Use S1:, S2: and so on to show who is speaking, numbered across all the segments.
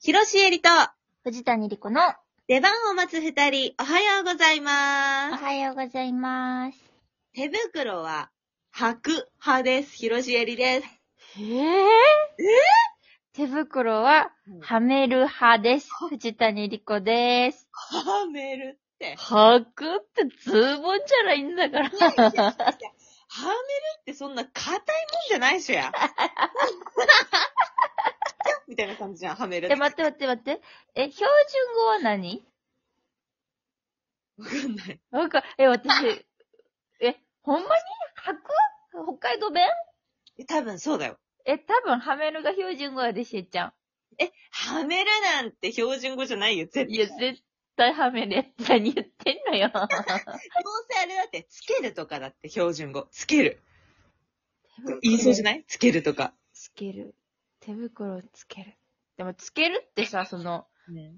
S1: 広しえりと、
S2: 藤谷莉子の、
S1: 出番を待つ二人、おはようござい
S2: お
S1: ます。
S2: はようございます。
S1: 手袋は、履く派です。広しえりです。
S2: えぇ、手袋は、はめる派です。藤谷莉子です。
S1: はめるって。
S2: はくってズボンじゃないんだから。
S1: はめるってそんな硬いもんじゃないっしょ や。みたいな感じじゃん、はめるって。
S2: え、待って待って待って。え、標準語は何
S1: わかんない。
S2: なんか、え、私、え、ほんまにはく北海道弁
S1: え多分そうだよ。
S2: え、多分、はめるが標準語やで、しえちゃん。
S1: え、はめるなんて標準語じゃないよ、絶対。
S2: いや、絶対はめるやつ何言ってんのよ。
S1: どうせあれだって、つけるとかだって標準語。つける。言いそうじゃないつけるとか。。
S2: つける。手袋をつける。でも、つけるってさ、その、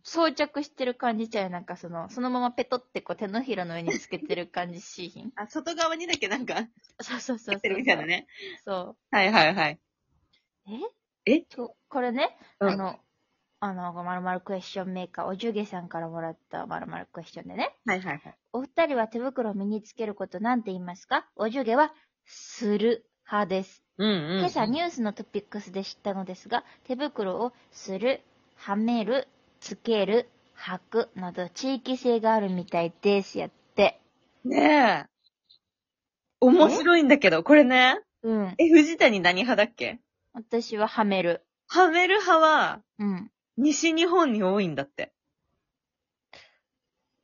S2: 装着してる感じじゃん。なんかその、そのままペトってこう手のひらの上につけてる感じしーひん
S1: あ、外側にだけなんか、
S2: そうそうそ
S1: つ
S2: う
S1: けてるみたいな。ね。
S2: そ
S1: はいはいはい。
S2: う。え
S1: え
S2: ちょこれね、
S1: うん
S2: あの、あの、まるまるクエスチョンメーカー、おじゅげさんからもらったまるまるクエスチョンでね。
S1: はいはいはい。
S2: お二人は手袋を身につけることなんて言いますかおじゅげは、する派です。
S1: うんうん。
S2: 今朝ニュースのトピックスで知ったのですが、手袋をする、はめる、つける、履くなど地域性があるみたいですやって。
S1: ねえ。面白いんだけど、これね。
S2: うん。
S1: え、藤谷何派だっけ
S2: 私ははめる。
S1: はめる派は、
S2: うん。
S1: 西日本に多いんだって。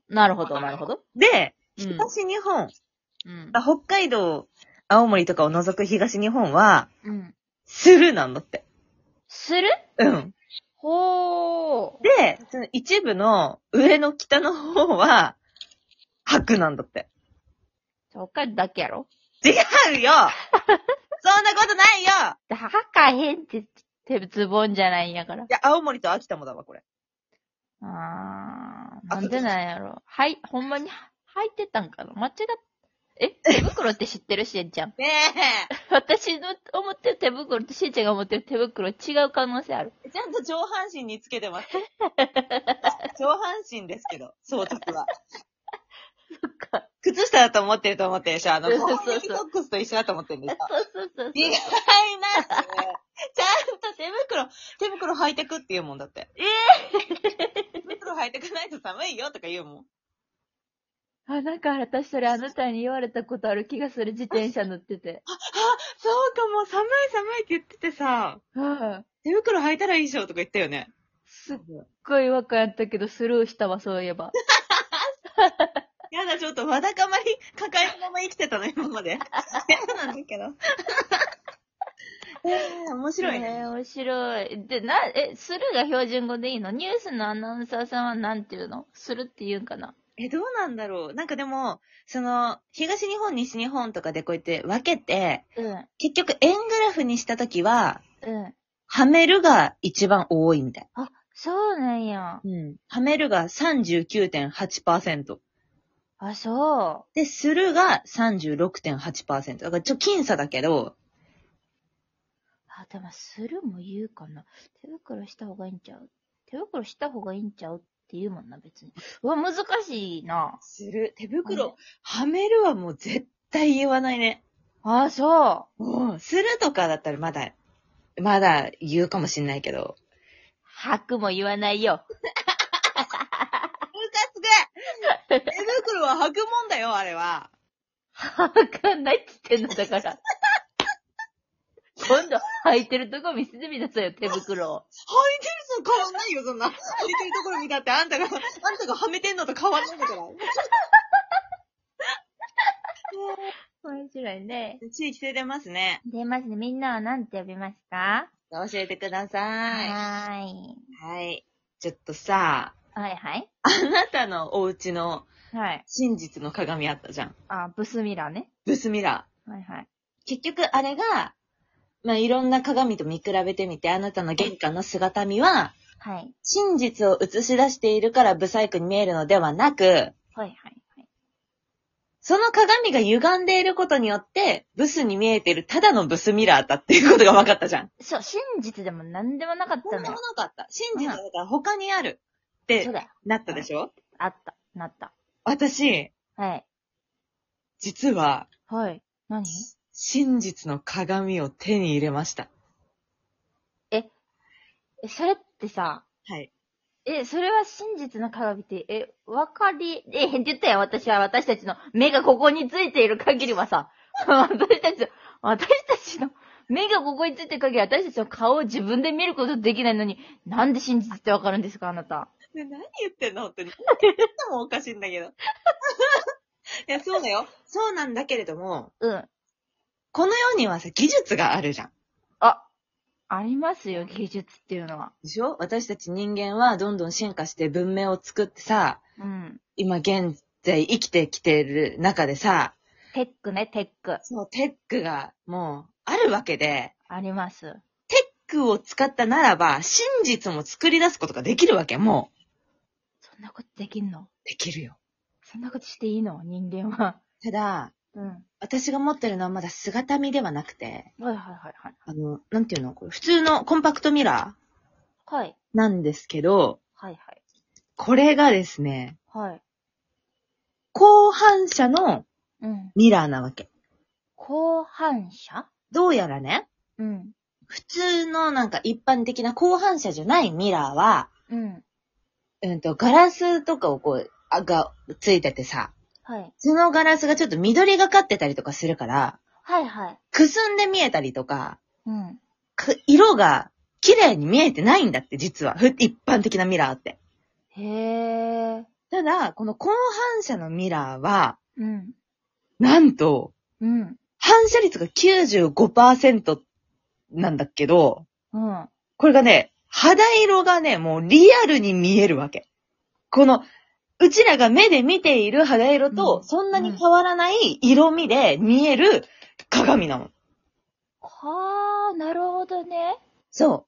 S2: なるほど、なるほど。
S1: で、
S2: うん
S1: 東日本、
S2: うん。
S1: あ北海道、青森とかを除く東日本は、
S2: うん。
S1: するなんだって。
S2: する
S1: うん。
S2: ほー。
S1: で、その一部の上の北の方は、白なんだ って。
S2: 北海道だけやろ
S1: 違うよそんなことないよ
S2: だはかへんって、てズボンじゃないんやから
S1: い。や、青森と秋田もだわ、これ。
S2: あー。
S1: あ
S2: なんでなんやろ。はい、ほんまに履いてたんかな間違っ、え手袋って知ってるしえんちゃん。
S1: ね
S2: 私の思ってる手袋としーちゃんが思ってる手袋違う可能性ある。
S1: えちゃんと上半身につけて ます。上半身ですけど、装着は。
S2: そっか。
S1: 靴下だと思ってると思ってるでしょあの、
S2: そうそ
S1: コ
S2: うそう
S1: ーヒーソックスと一緒だと思ってるんですよ。
S2: そうそうそう。
S1: 違いますちゃんと手袋、手袋履いてくって言うもんだって。ええ手袋履いてくないと寒いよとか言うもん。
S2: あ、なんか私それあなたに言われたことある気がする自転車乗ってて。
S1: そうかも、寒い寒いって言っててさ、
S2: うん。
S1: 手袋履いたらいいでしょとか言ったよね。
S2: すっごい違和感やったけどスルーしたわ、そういえば。
S1: やだ、ちょっとわだかまり抱えたまま生きてたの、今まで。やだなんだけど。えー、面白い
S2: え
S1: ね。
S2: ー面白い。で、な、え、スルーが標準語でいいのニュースのアナウンサーさんはなんて言うのスルって言うんかな
S1: え、どうなんだろう。なんかでも、その、東日本、西日本とかでこうやって分けて、
S2: うん。
S1: 結局円グラフにしたときは、
S2: うん。
S1: はめるが一番多いみたい。
S2: あ、そうなんや。
S1: うん。はめるが39.8%。
S2: あ、そ
S1: で、するが36.8%。だからちょ、僅差だけど、
S2: う。あ、でもスルーも言うかな。手袋した方がいいんちゃう手袋した方がいいんちゃうって言うもんな、別に。うわ、難しいな。
S1: する。手袋、はめるはもう絶対言わないね。
S2: あ、そう。
S1: うん。するとかだったらまだ、まだ言うかもしんないけど。
S2: 吐くも言わないよ。
S1: ムカつく手袋は履くもんだよ、あれは。
S2: 吐かないって言ってんのだから。今度、履いてるとこ見せてみなさいよ、手袋を。
S1: 履いてると変わんないよ、そんな。履いてるところ見たって、あんたが、あんたがはめてんのと変わんないんだから。
S2: 面白いね。
S1: 地域性出ますね。
S2: 出ますね。みんなは何て呼びますか
S1: 教えてください。
S2: はーい。
S1: はい。ちょっとさ、
S2: はいはい。
S1: あなたのお家の
S2: はい。
S1: 真実の鏡あったじゃん。
S2: あ、ブスミラーね。
S1: ブスミラ
S2: はいはい。
S1: ー。結局あれが、まあ、いろんな鏡と見比べてみて、あなたの玄関の姿見は、
S2: はい。
S1: 真実を映し出しているからブサイクに見えるのではなく、
S2: はいはいはい。
S1: その鏡が歪んでいることによって、ブスに見えてるただのブスミラーだっていうことが分かったじゃん。
S2: そう、真実でも何でもなかっ
S1: そ
S2: た
S1: んな
S2: の
S1: も
S2: よ。
S1: なかった。真実はだから他にあるって
S2: そうだよ。
S1: なったでしょ
S2: あった。なった。
S1: 私、
S2: はい。
S1: 実は、
S2: はい。何
S1: 真実の鏡を手に入れました。
S2: え、それってさ、
S1: はい。
S2: え、それは真実の鏡って、え、わかり、え、言ったよ、私は、私たちの目がここについている限りはさ、 私たちの、私たちの目がここについている限り、私たちの顔を自分で見ることできないのに、なんで真実ってわかるんですか、あなた。
S1: ね、何言ってんの本当に。言ったもおかしいんだ けど。いや、そうだよ。そうなんだけれども、
S2: うん。
S1: この世にはさ、技術があるじゃん。
S2: あ、ありますよ、技術っていうのは。
S1: でしょ私たち人間はどんどん進化して文明を作ってさ、
S2: うん。
S1: 今現在生きてきてる中でさ、
S2: テックね、テック。
S1: そう、テックがもうあるわけで、
S2: あります。
S1: テックを使ったならば、真実も作り出すことができるわけ、も
S2: そんなことできんの
S1: う。できるよ。
S2: そんなことしていいの人間は。
S1: ただ、
S2: うん。
S1: 私が持ってるのはまだ姿見ではなくて、
S2: はいはいはいはい。
S1: あの、なんていうのこれ、普通のコンパクトミラー
S2: はい。
S1: なんですけど、
S2: はいはい。
S1: これがですね、
S2: はい。
S1: 後反射の
S2: うん。
S1: ミラーなわけ。
S2: 後半者
S1: どうやらね、
S2: うん。
S1: 普通のなんか一般的な後反射じゃないミラーは、
S2: うん。
S1: うんと、ガラスとかをこう、あが、ついててさ、
S2: はい。
S1: そのガラスがちょっと緑がかってたりとかするから、
S2: はいはい。
S1: くすんで見えたりとか、
S2: うん。
S1: く色が綺麗に見えてないんだって、実は。ふ一般的なミラーって。
S2: へえ。
S1: ただ、この後反射のミラーは、
S2: うん。
S1: なんと、
S2: うん。
S1: 反射率が95%なんだけど、
S2: うん。
S1: これがね、肌色がね、もうリアルに見えるわけ。この、うちらが目で見ている肌色
S2: う
S1: と、
S2: ん
S1: そんなに変わらない色味で見える鏡なの。
S2: はあ、なるほどね。
S1: そ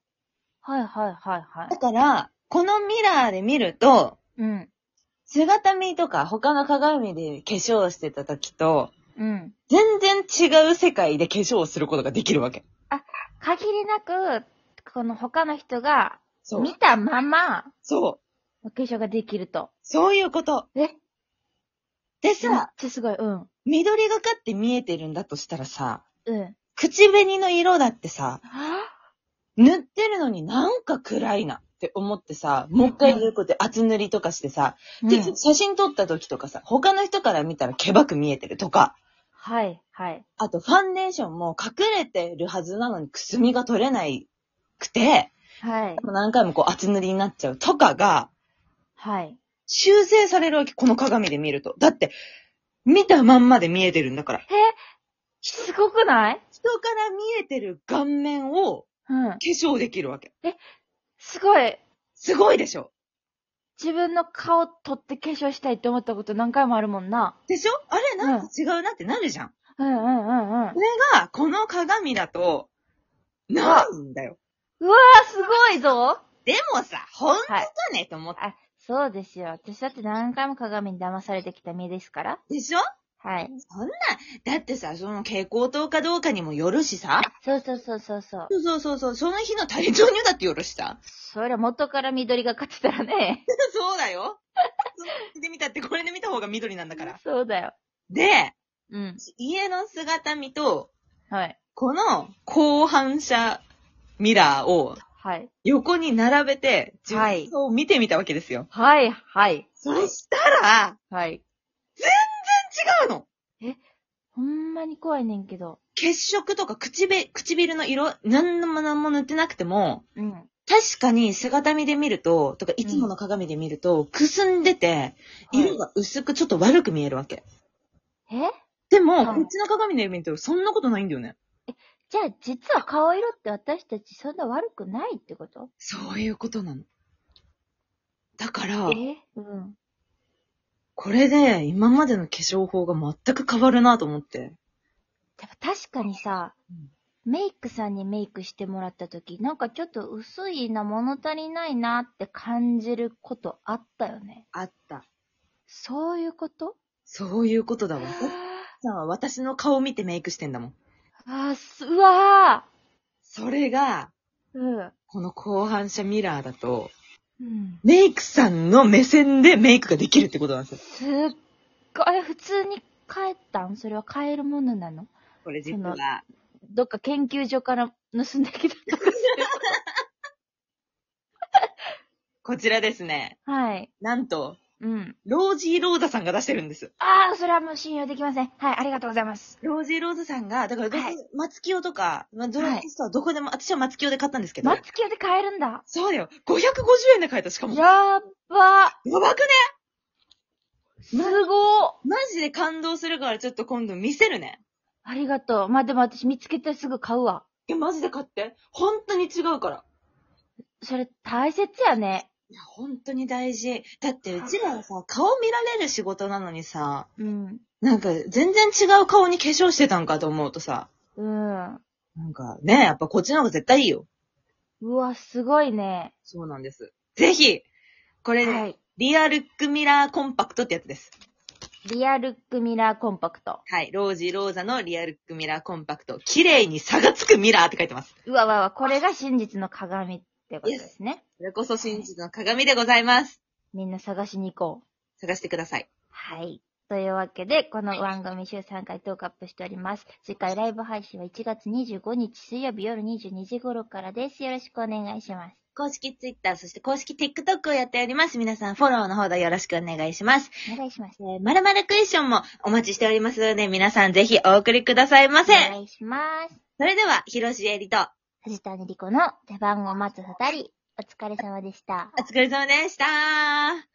S2: はいはいはいは
S1: う。だから、このミラーで見ると、
S2: い。うん。
S1: 姿見とか他の鏡で化粧をしてた時と、
S2: うん。
S1: 全然違う世界で化粧をすることができるわけ。
S2: 限りなく、この他の人が
S1: そう。
S2: 見たまま、
S1: そう。
S2: お化粧ができると。
S1: そういうこと。
S2: え
S1: で
S2: めっ
S1: さ、
S2: ちゃすごい。うん。
S1: 緑がかって見えてるんだとしたらさ、
S2: うん。は
S1: 口紅の色だってさ、
S2: あ
S1: 塗ってるのになんか暗いなって思ってさ、もう一回塗ることで厚塗りとかしてさ、
S2: うん
S1: で、写真撮った時とかさ、他の人から見たらケバく見えてるとか、
S2: はいはい。
S1: あとファンデーションも隠れてるはずなのにくすみが取れないくて、
S2: はい。
S1: 何回もこう厚塗りになっちゃうとかが、
S2: はい。
S1: 修正されるわけ、この鏡で見ると。だって、見たまんまで見えてるんだから。
S2: すごくない
S1: 人から見えてる顔面を
S2: うん。
S1: 化粧できるわけ。
S2: すごい。
S1: すごいでしょ
S2: 自分の顔取って化粧したいって思ったこと何回もあるもんな。
S1: でしょあれなんか違うなってなるじゃん。
S2: うんうんうんうん。うわ
S1: が、この鏡だと、ないんだよ。
S2: ー、すごいぞ
S1: でもさ、本当かね、と思って。
S2: そうですよ。私だって何回も鏡に騙されてきた身ですから。
S1: でしょ
S2: はい。
S1: だってさ、その蛍光灯かどうかにもよるしさ。
S2: そうそうそうそうそう。
S1: そうそうそうそう、その日の体調にだってよるしさ。
S2: そりゃ元から緑が勝ってたらね。
S1: そうだよ。それで見たって、これで見た方が緑なんだから。
S2: そうだよ。
S1: で、
S2: うん。
S1: 家の姿見と、
S2: はい。
S1: この後反射ミラーを
S2: はい。
S1: 横に並べて、自
S2: はい
S1: 分を見てみたわけですよ。
S2: はい、はい。
S1: そしたら、
S2: はい。
S1: 違うの
S2: ほんまに怖いねんけど。
S1: 血色とか唇、唇の色、何のも何も塗ってなくても、
S2: うん。
S1: 確かに姿見で見ると、とかいつもの鏡で見ると、くすんでて、色が薄くちょっと悪く見えるわけ。
S2: え
S1: でも、
S2: はい
S1: こっちの鏡で見ると、そんなことないんだよね。
S2: じゃあ実は顔色って私たちそんな悪くないってこと
S1: そういうことなの。だから、
S2: えうん。
S1: これで今までの化粧法が全く変わるなと思って。
S2: でも確かにさ、メイクさんにメイクしてもらった時、なんかちょっと薄いな、物足りないなって感じることあったよね。
S1: あった。
S2: そういうこと
S1: そういうことだわ。さんは私の顔見てメイクしてんだもん。
S2: あー、す、うわ
S1: それが、
S2: ーうん。
S1: この後反射ミラーだと、
S2: うん。
S1: メイクさんの目線でメイクができるってことなんですよ。
S2: すっごい、あれ普通に帰ったんそれは買えるものなの
S1: これ実は。
S2: どっか研究所から盗んできた。
S1: こちらですね。
S2: はい。
S1: なんと、
S2: うん。
S1: ロージー・ローザさんが出してるんです。
S2: あー、それはもう信用できません。はい、ありがとうございます。
S1: ロージー・ローザさんが、だからどこ、
S2: はい
S1: 松清とか、まあ、ドラッグストアどこでも、私は松清で買ったんですけど。
S2: 松清で買えるんだ。
S1: そうだよ。550円で買えた、しかも。や
S2: やーばー。
S1: ばくね
S2: すごー。
S1: マジで感動するから、ちょっと今度見せるね。
S2: ありがとう。まあ、でも私見つけてすぐ買うわ。
S1: いや、マジで買って。本当に違うから。
S2: それ大切やね。
S1: いや、本当に大事。だって、うちらはさ、顔見られる仕事なのにさ、
S2: うん。
S1: なんか、全然違う顔に化粧してたんかと思うとさ、
S2: うん。
S1: なんか、ね、やっぱこっちの方が絶対いいよ。
S2: うわ、すごいね。
S1: そうなんです。ぜひ、これね、
S2: はい。
S1: リアルックミラーコンパクトってやつです。
S2: リアルックミラーコンパクト。
S1: はい。ロージー・ローザのリアルックミラーコンパクト。綺麗に差がつくミラーって書いてます。
S2: うわわわ、これが真実の鏡ってことですね。
S1: それこそ真実の鏡でございます。
S2: みんな探しに行こう。
S1: 探してください。
S2: はい。というわけで、この番組週3回トークアップしております。次回ライブ配信は1月25日水曜日夜22時頃からです。よろしくお願いします。
S1: 公式 Twitter、そして公式 TikTok をやっております。皆さんフォローの方でよろしくお願いします。
S2: お願いします。
S1: えー、まるまるクエスチョンもお待ちしておりますので、皆さんぜひお送りくださいま
S2: お
S1: せ。
S2: 願いします。
S1: それでは、広ロえりと、
S2: 藤谷莉子の出番を待つ二人、お疲れ様でした。
S1: お疲れ様でした。